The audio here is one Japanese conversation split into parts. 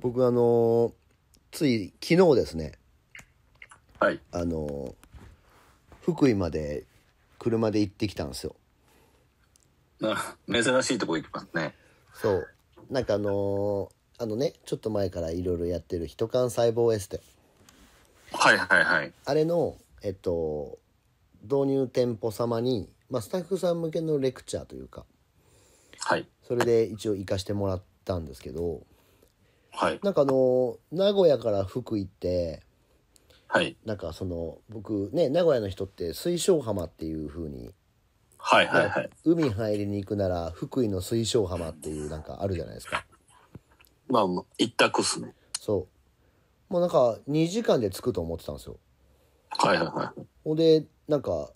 僕あのーつい昨日ですねはい。 あのー福井まで車で行ってきたんですよあ珍しいとこ行きますね。そうなんかあのーあのねちょっと前からいろいろやってる「ヒト幹細胞エステはいはいはい。」あれのえっと導入店舗様に、まあ、スタッフさん向けのレクチャーというかはい。それで一応行かしてもらったんですけどはい。なんかあのー名古屋から福井ってはい。なんかその僕ね名古屋の人って水晶浜っていう風にはいはいはい。海入りに行くなら福井の水晶浜っていうなんかあるじゃないですかまあ、もう一択っすね。そうもうなんか2時間で着くと思ってたんですよはいはいはほんでなんか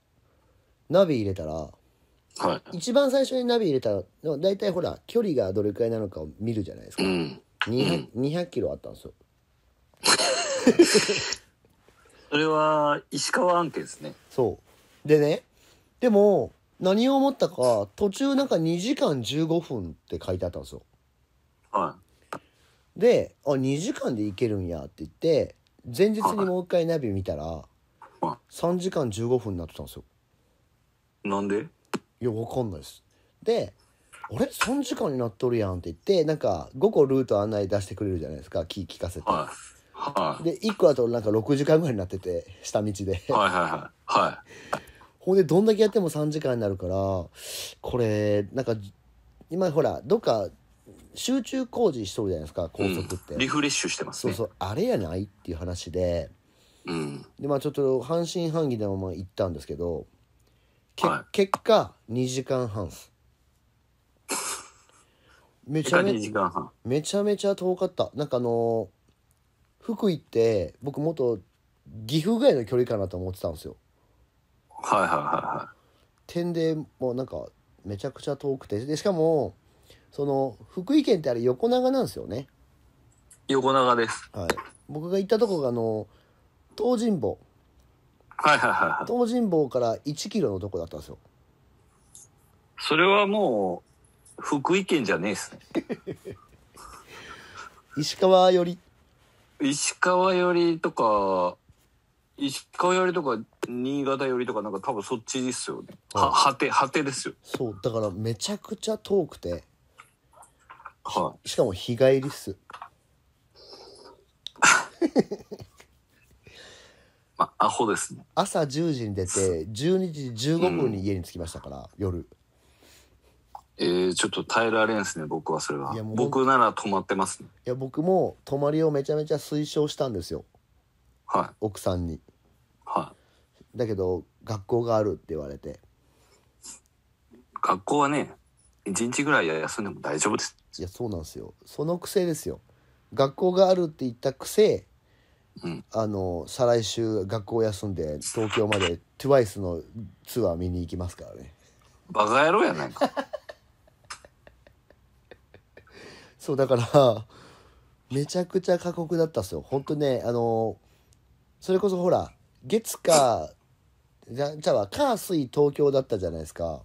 ナビ入れたらい。はい。一番最初にナビ入れたらだいたいほら距離がどれくらいなのかを見るじゃないですかうん。 200, 200キロあったんですよそれは、石川案件ですね。そうでねでも何を思ったか途中なんか2時間15分って書いてあったんですよはであ2時間で行けるんやって言って前日にもう一回ナビ見たらは3時間15分になってたんですよい。なんでいやわかんないですであれ3時間になっとるやんって言ってなんか5個ルート案内出してくれるじゃないですか聞聞かせてはい。はい。で1個だとなんか6時間ぐらいになってて下道ではいはいはい。はい。ほんでどんだけやっても3時間になるからこれなんか今ほらどっか集中工事しとるじゃないですか高速って、うんリフレッシュしてますそうね。そうあれやないっていう話でうん。でまあちょっと半信半疑でもまあ行ったんですけどけ、はい結果2時間半っすめ時ちゃ間め2時間半。めちゃめちゃ遠かったなんかあの福井って僕もっと岐阜ぐらいの距離かなと思ってたんですよはいはいは点でもうなんかめちゃくちゃ遠くてでしかもその福井県ってあれ横長なんですよねい。横長です。はい僕が行ったとこがあの東尋坊はいはいはいはい。東尋坊から1キロのとこだったんですよそれはもう、福井県じゃねえっすね。石川寄り石川寄りとか石川寄りとか新潟寄りとかなんか多分そっちですよねは果て果てですよそうだからめちゃくちゃ遠くてはしかも日帰りっすいまあアホですね朝10時に出て12時15分に家に着きましたから、夜えー、ちょっと耐えられんすね僕はそれはいやもう僕なら止まってますねいや僕も泊まりをめちゃめちゃ推奨したんですよはい奥さんにはいだけど学校があるって言われて学校はね一日ぐらい休んでも大丈夫ですいやそうなんですよその癖ですよ学校があるって言った癖、うんあの再来週学校休んで東京まで TWICE のツアー見に行きますからねバカ野郎やない かそうだからめちゃくちゃ過酷だったっすよ本当ねあのそれこそほら月かじゃじゃあ火水東京だったじゃないですか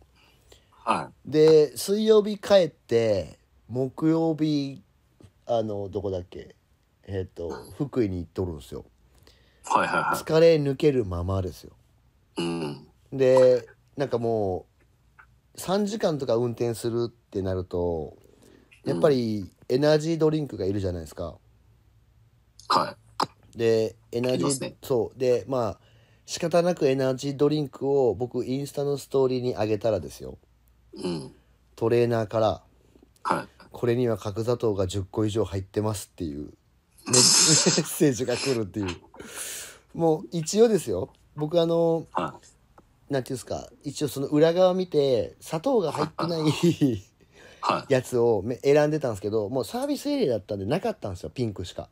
はで水曜日帰って木曜日あのどこだっけえっ、と福井に行っとるんですよいはいはいは疲れ抜けるままですよいうんでなんかもう3時間とか運転するってなるとやっぱりエナジードリンクがいるじゃないですか、はいでエナありジますー、ねそうでまあ仕方なくエナジードリンクを僕インスタのストーリーにあげたらですようんトレーナーからはい「これには角砂糖が10個以上入ってます」っていうメメッ セージが来るっていうもう一応ですよ僕あのはなんていうんですか一応その裏側見て砂糖が入ってない いはいやつをめ選んでたんですけどもうサービスエリアだったんでなかったんですよピンクしか。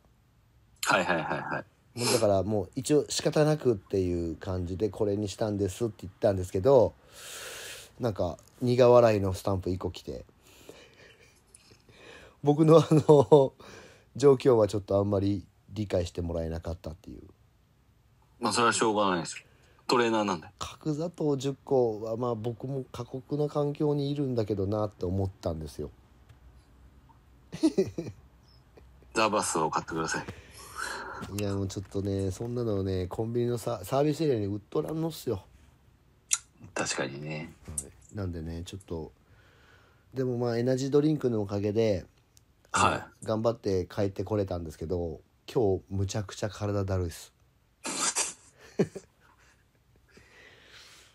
はいはいはいはいもうだからもう一応仕方なくっていう感じでこれにしたんですって言ったんですけどなんか苦笑いのスタンプ1個来て 僕のあの状況はちょっとあんまり理解してもらえなかったっていうまあそれはしょうがないですよトレーナーなんで角砂糖10個はまあ僕も過酷な環境にいるんだけどなって思ったんですよザバスを買ってください。いやもうちょっとねそんなのをねコンビニのさサービスエリアに売っとらんのっすよ確かにね。なんでねちょっとでもまあエナジードリンクのおかげでは頑張って帰ってこれたんですけど今日むちゃくちゃ体だるいっすい。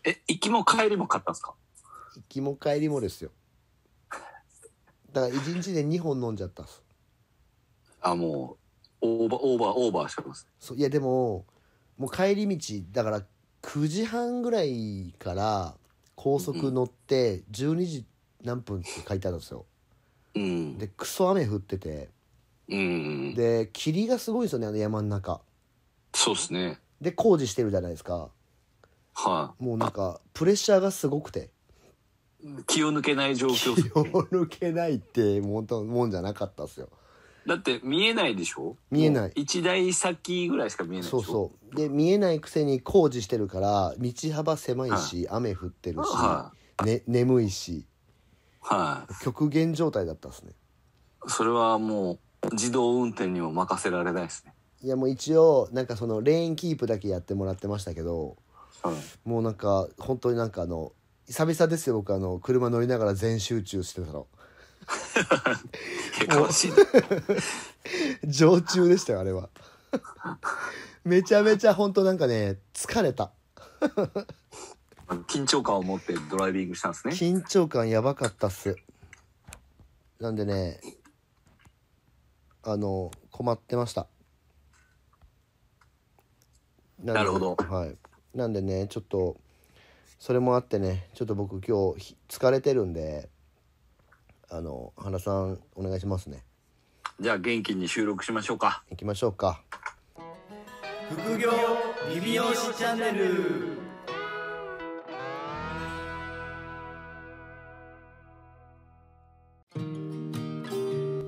え、行きも帰りも買ったんですか行きも帰りもですよだから1日で2本飲んじゃったっすあ、もう、オーバー、オーバー、オーバーしてます。そういやでももう帰り道だから9時半ぐらいから高速乗って12時何分って書いてあるんですようん。でクソ雨降っててうん。で霧がすごいですよねあの山の中そうですね。で工事してるじゃないですかはもうなんかプレッシャーがすごくてい。気を抜けない状況っ す気をね、抜けないってもんともんじゃなかったっすよだって見えないでしょ見えないもう一台先ぐらいしか見えないでしそょうそうで見えないくせに工事してるから道幅狭いし雨降ってるはし、ね、眠いしは極限状態だったっすねい。それはもう、自動運転にも任せられないですね。いやもう一応なんかそのレーンキープだけやってもらってましたけど うん。もうなんか本当になんかあの久々ですよ僕あの車乗りながら全集中してたの 結果はしい。常駐でしたよあれはめちゃめちゃ本当なんかね疲れた緊張感を持ってドライビングしたんですね。緊張感やばかったっすなんでねあの困ってましたななるほどはいなんでねちょっとそれもあってねちょっと僕今日ひ疲れてるんであの原さんお願いしますねじゃあ元気に収録しましょうか。行きましょうか副業リビオシチャンネル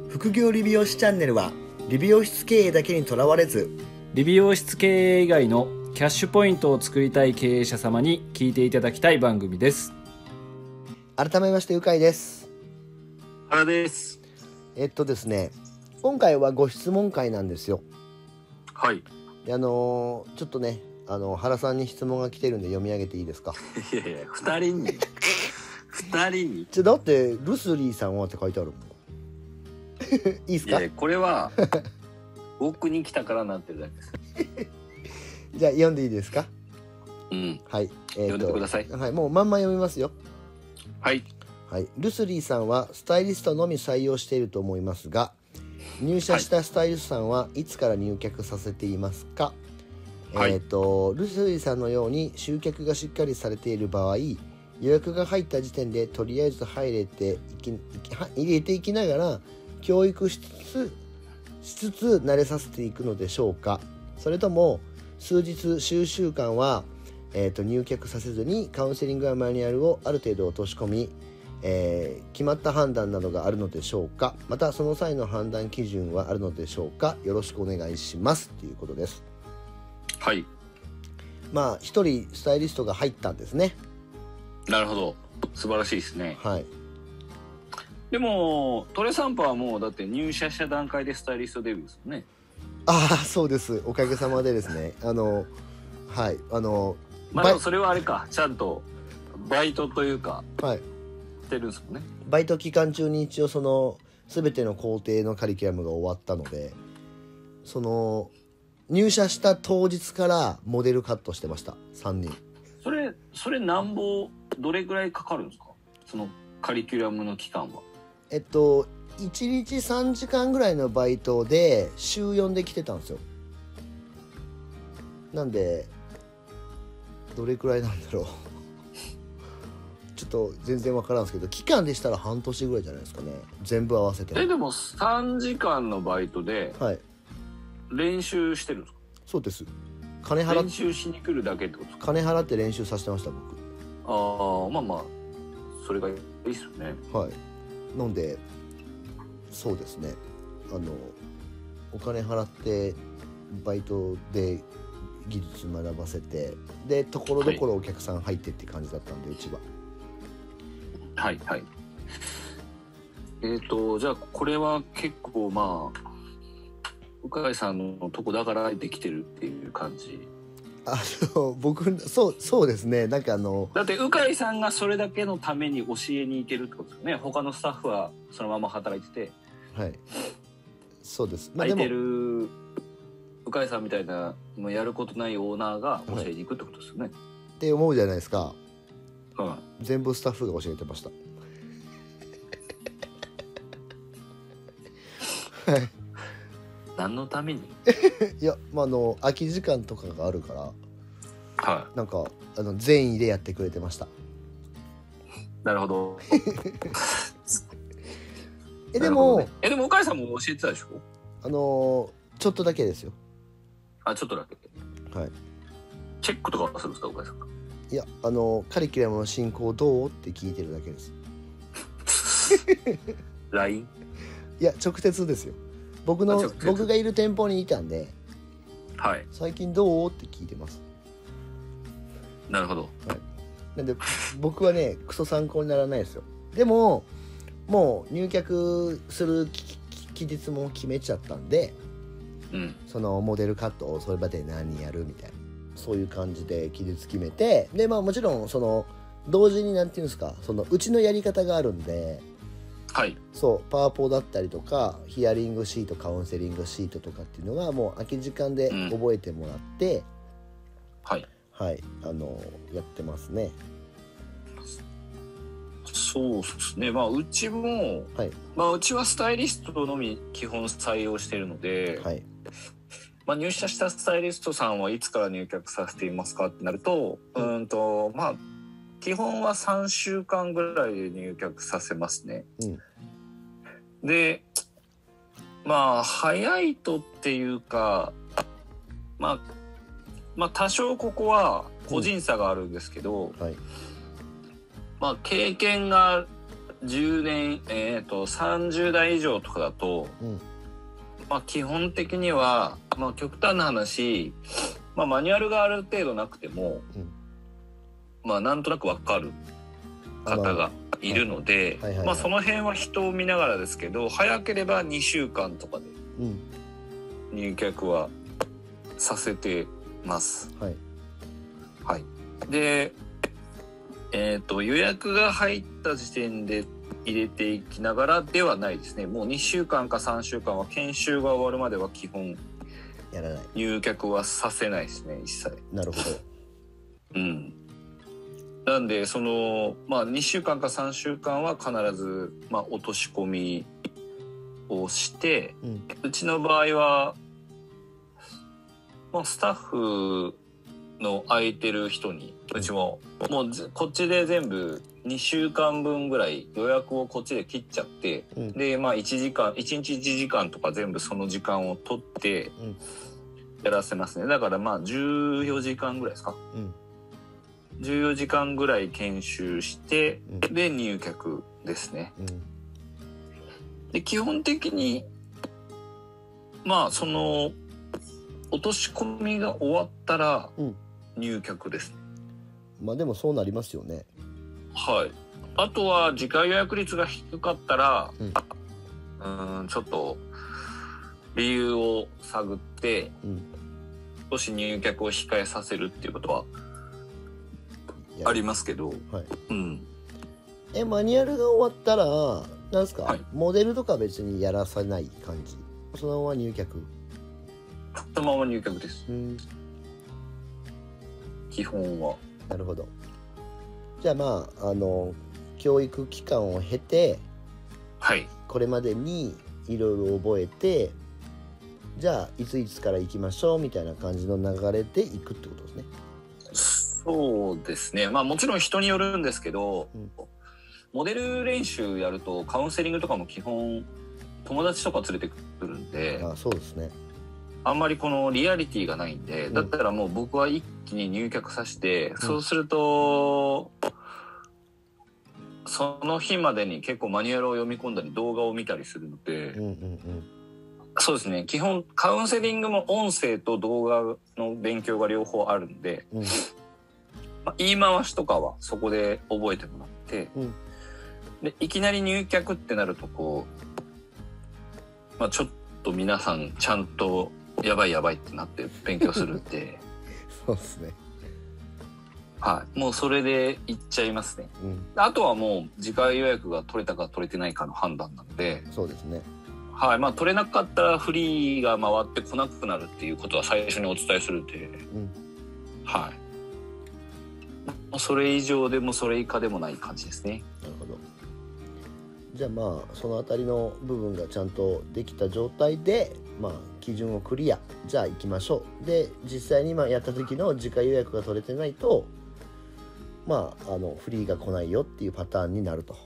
副業理美容師チャンネルは理美容室経営だけにとらわれず理美容室経営以外のキャッシュポイントを作りたい経営者様に聞いていただきたい番組です改めましてうかいです原です。えっとですね今回はご質問会なんですよはい。いであのーちょっとね、あのー原さんに質問が来てるんで読み上げていいですかやいや、二人に。二人に。ちょだってルスリーさんはって書いてあるもん いいっすかいやいや、これ は。僕に来たからなってるだけです。じゃあ読んでいいですかうん。はい、え読んでくださいはい、もうまんま読みますよはい。はい、ルスリーさんはスタイリストのみ採用していると思いますが入社したスタイリストさんはいつから入客させていますか、はいえっ、とルスリーさんのように集客がしっかりされている場合予約が入った時点でとりあえず入れていきいきは入れていきながら教育しつつしつつ慣れさせていくのでしょうかそれとも数日数週間は、えー、と入客させずにカウンセリングやマニュアルをある程度落とし込みえー決まった判断などがあるのでしょうかまたその際の判断基準はあるのでしょうかよろしくお願いしますということですはい。まあ一人スタイリストが入ったんですねなるほど。素晴らしいですね。はいでも、トレサンパはもうだって入社した段階でスタイリストデビューですよね。ああそうですおかげさまでですねあのはいあのまあ、でもそれはあれか、ちゃんと。バイトというか、はいしてるんですもんね。バイト期間中に一応その全ての工程のカリキュラムが終わったのでその入社した当日からモデルカットしてました3人それ、それなんぼ、どれぐらいかかるんですか。そのカリキュラムの期間は。えっと1日3時間ぐらいのバイトで週4で来てたんですよなんでどれくらいなんだろう ちょっと全然わからんですけど期間でしたら半年ぐらいじゃないですかね全部合わせてえでも3時間のバイトではい練習してるんですそうです金か払っ練習しに来るだけってことですか金払って練習させてました僕ああまあまあそれがいいっすよねはいなんでそうですねあのお金払ってバイトで技術学ばせてでところどころお客さん入ってって感じだったんで、うちははいはいえっ、とじゃあこれは結構まあ鵜飼さんのとこだからできてるっていう感じあの 僕そうそうですねなんかあのだって鵜飼さんがそれだけのために教えに行けるってことですよね他のスタッフはそのまま働いててはいそうですまあ空でいもてる鵜飼さんみたいなもうやることないオーナーが教えに行くってことですよね、って思うじゃないですかうん全部スタッフが教えてました何のためにいやまああの空き時間とかがあるからはなんかあの善意でやってくれてましたいなるほどえでなるほも、どねえでも鵜飼さんも教えてたでしょあのちょっとだけですよあちょっとだけはいチェックとかはするんですか鵜飼さんがいやあのカリキュラムの進行どうって聞いてるだけです LINE いや直接ですよ僕あの直接僕がいる店舗にいたんではい最近どうって聞いてますなるほどなん で僕はねクソ参考にならないですよでももう入客するきき期日も決めちゃったんでうんそのモデルカットをそれまで何やるみたいなそういう感じで期日決めてでまあもちろんその同時になんていうんですかそのうちのやり方があるんではいそうパワポだったりとかヒアリングシートカウンセリングシートとかっていうのがもう空き時間で覚えてもらって、はいはいあのやってますねそうですねまあうちも、はいまあ、うちはスタイリストのみ基本採用してるので、はいまあ、入社したスタイリストさんはいつから入客させていますかってなるとうーんとまあ基本は3週間ぐらいで入客させますね。でまあ早いとっていうかまあまあ多少ここは個人差があるんですけど、はいまあ、経験が10年、えー、と30代以上とかだと、うんまあ、基本的には、まあ、極端な話、まあ、マニュアルがある程度なくても、うんまあ、なんとなく分かるあまあ方がいるのではいはいはいまあその辺は人を見ながらですけど早ければ2週間とかでうん入客はさせてます。はいはい、で、えー、と予約が入った時点で入れていきながらではないですねもう2週間か3週間は研修が終わるまでは基本やらない入客はさせないですね一切。なるほどうんなんでそのまあ2週間か3週間は必ず、まあ、落とし込みをして、ううんちの場合は、まあ、スタッフの空いてる人にうちももうぜこっちで全部2週間分ぐらい予約をこっちで切っちゃって、うんでまあ1時間1日1時間とか全部その時間を取ってうんやらせますね、だからまあ14時間ぐらいですかうん14時間ぐらい研修して、うで入客ですねうんで基本的にまあその落とし込みが終わったらうん入客です、まあでもそうなりますよねはいあとは次回予約率が低かったらうんうーんちょっと理由を探って、うん少し入客を控えさせるっていうことはやるありますけど、はいうんえマニュアルが終わったらなんすか、はいモデルとか別にやらさない感じそのまま入客そのまま入客ですうん基本はなるほどじゃあまああの教育期間を経てはいこれまでにいろいろ覚えてじゃあいついつから行きましょうみたいな感じの流れで行くってことですねそうですねまあもちろん人によるんですけど、うんモデル練習やるとカウンセリングとかも基本友達とか連れてくるんで、あそうですねあんまりこのリアリティがないんで、うんだったらもう僕は一気に入客させて、んそうするとその日までに結構マニュアルを読み込んだり動画を見たりするので、うんうんそうですね基本カウンセリングも音声と動画の勉強が両方あるんで、うん まあ、言い回しとかはそこで覚えてもらって、うんでいきなり入客ってなるとこう、まあ、ちょっと皆さんちゃんとやばいやばいってなって勉強するん で、そうですね。はい、もうそれで行っちゃいますね。うん、あとはもう次回予約が取れたか取れてないかの判断なので、そうですね。はい、まあ取れなかったらフリーが回ってこなくなるっていうことは最初にお伝えするんで、うん、はい。もうそれ以上でもそれ以下でもない感じですね。なるほど。じゃあまあそのあたりの部分がちゃんとできた状態で、まあ基準をクリア、じゃあ行きましょう。で実際にまあやった時の次回予約が取れてないと、まああのフリーが来ないよっていうパターンになると。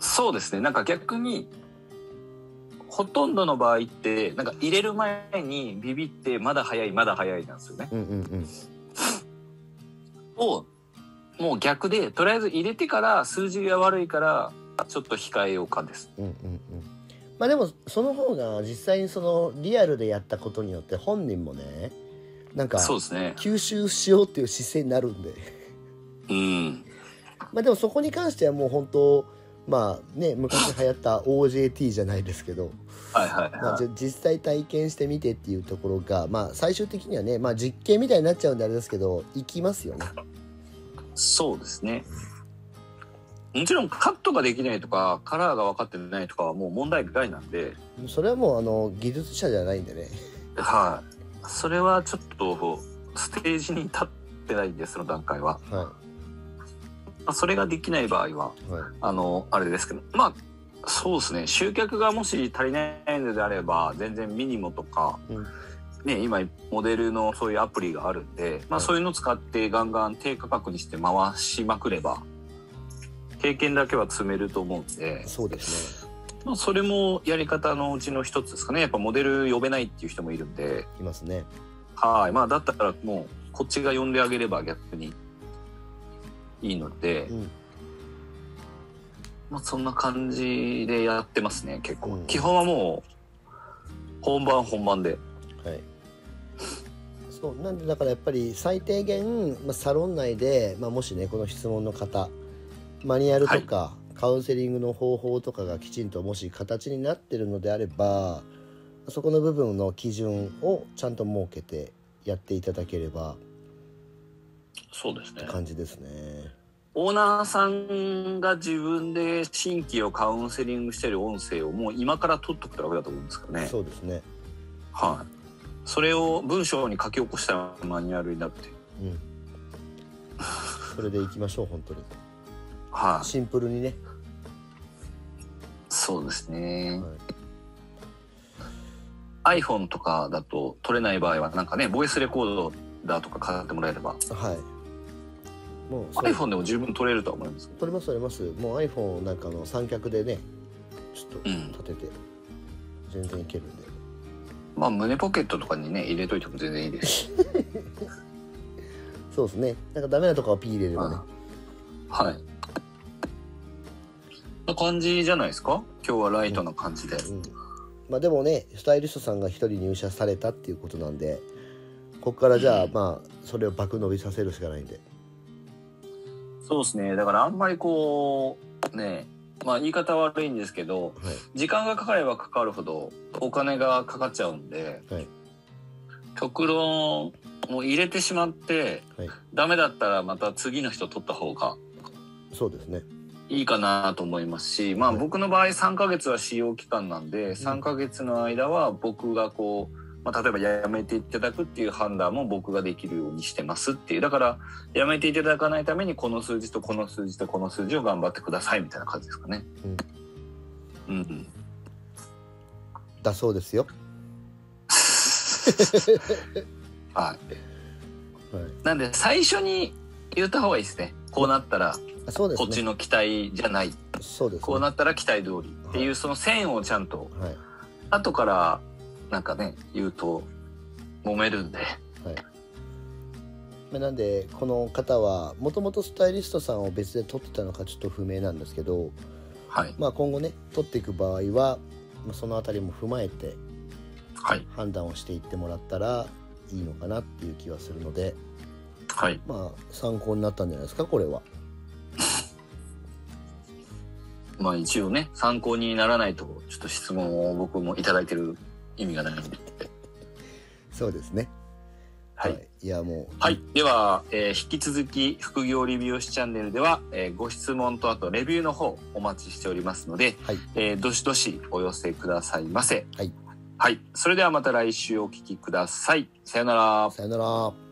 そうですね。なんか逆にほとんどの場合ってなんか入れる前にビビってまだ早いまだ早いなんですよね。うんうんうん。をもう逆でとりあえず入れてから数字が悪いからちょっと控えようかです。うんうんうんまあでもその方が実際にそのリアルでやったことによって本人もねなんかそうですね。吸収しようっていう姿勢になるんで うん。まあでもそこに関してはもう本当まあね昔流行った OJT じゃないですけど、はいはいはい。まあ、じゃ実際体験してみてっていうところがまあ最終的にはね、まあ、実験みたいになっちゃうんであれですけど行きますよねそうですね。もちろんカットができないとかカラーが分かってないとかはもう問題外なんで、それはもうあの技術者じゃないんでねはい。それはちょっとステージに立ってないんでその段階は。はまあそれができない場合は、いはいあの、あれですけど、まあ、そうですね。集客がもし足りないのであれば、全然ミニモとか、うんね、今、モデルのそういうアプリがあるんで、まはあ、いそういうの使ってガンガン低価格にして回しまくれば、経験だけは積めると思うんで、そうですねまあ、それもやり方のうちの一つですかね。やっぱモデル呼べないっていう人もいるんで、いますねはい。まあ、だったらもう、こっちが呼んであげれば逆にいいので、うんまあ、そんな感じでやってますね、結構。うん基本はもう、本番本番で。はい、そうなんでだからやっぱり最低限、まあ、サロン内で、まあ、もしねこの質問の方マニュアルとか、カウンセリングの方法とかがきちんともし形になってるのであればそこの部分の基準をちゃんと設けてやっていただければそうですって感じですね。オーナーさんが自分で新規をカウンセリングしてる音声をもう今から取っとくってわけだと思うんですからね。そうですね、はい。それを文章に書き起こしたマニュアルになって。うん、それでいきましょう本当にはい。シンプルにね、そうですね。は iPhone とかだと取れない場合は、なんかね、ボイスレコードだとか買ってもらえれば、い、はい、もうそれ iPhone でも十分取れるとは思いますけど。撮れます撮れますもう iPhone なんかの三脚でねちょっとうん立てて全然いけるんで、まあ、胸ポケットとかにね、入れといても全然いいですし。そうですねなんかダメなとこはピー入れればねはい。な感じじゃないですか今日はライトな感じで。うんまあでもねスタイリストさんが一人入社されたっていうことなんでこっからじゃあうんまあそれを爆伸びさせるしかないんでそうですね。だからあんまりこう、ね、まあ言い方悪いんですけど、はい時間がかかればかかるほどお金がかかっちゃうんで、はい極論もう入れてしまって、はいダメだったらまた次の人取った方がそうですねいいかなと思いますし、まあはい僕の場合3ヶ月は使用期間なんで、3ヶ月の間は僕がこう、まあ、例えばやめていただくっていう判断も僕ができるようにしてますっていう。だから、やめていただかないためにこの数字とこの数字とこの数字を頑張ってくださいみたいな感じですかね。うん。うん。だそうですよはい。はいなんで最初に言った方がいいですね。こうなったら、あそうでこっすちねの期待じゃない。そうですこうねなったら期待通りっていうその線をちゃんとはい後からなんかね言うと揉めるんでまあなんでこの方はもともとスタイリストさんを別で撮ってたのかちょっと不明なんですけどはいまあ、今後ね取っていく場合は、まあ、そのあたりも踏まえてはい判断をしていってもらったらいいのかなっていう気はするのではいまあ参考になったんじゃないですかこれはまあ一応ね参考にならないとちょっと質問を僕もいただいてる意味がない。そうですね。はい。。いや、もう。はい。では、えー引き続き、副業理美容師チャンネルでは、えーご質問とあとレビューの方お待ちしておりますので、はいえーどしどしお寄せくださいませ。はい。はい。それではまた来週お聞きください。さようなら。さよなら。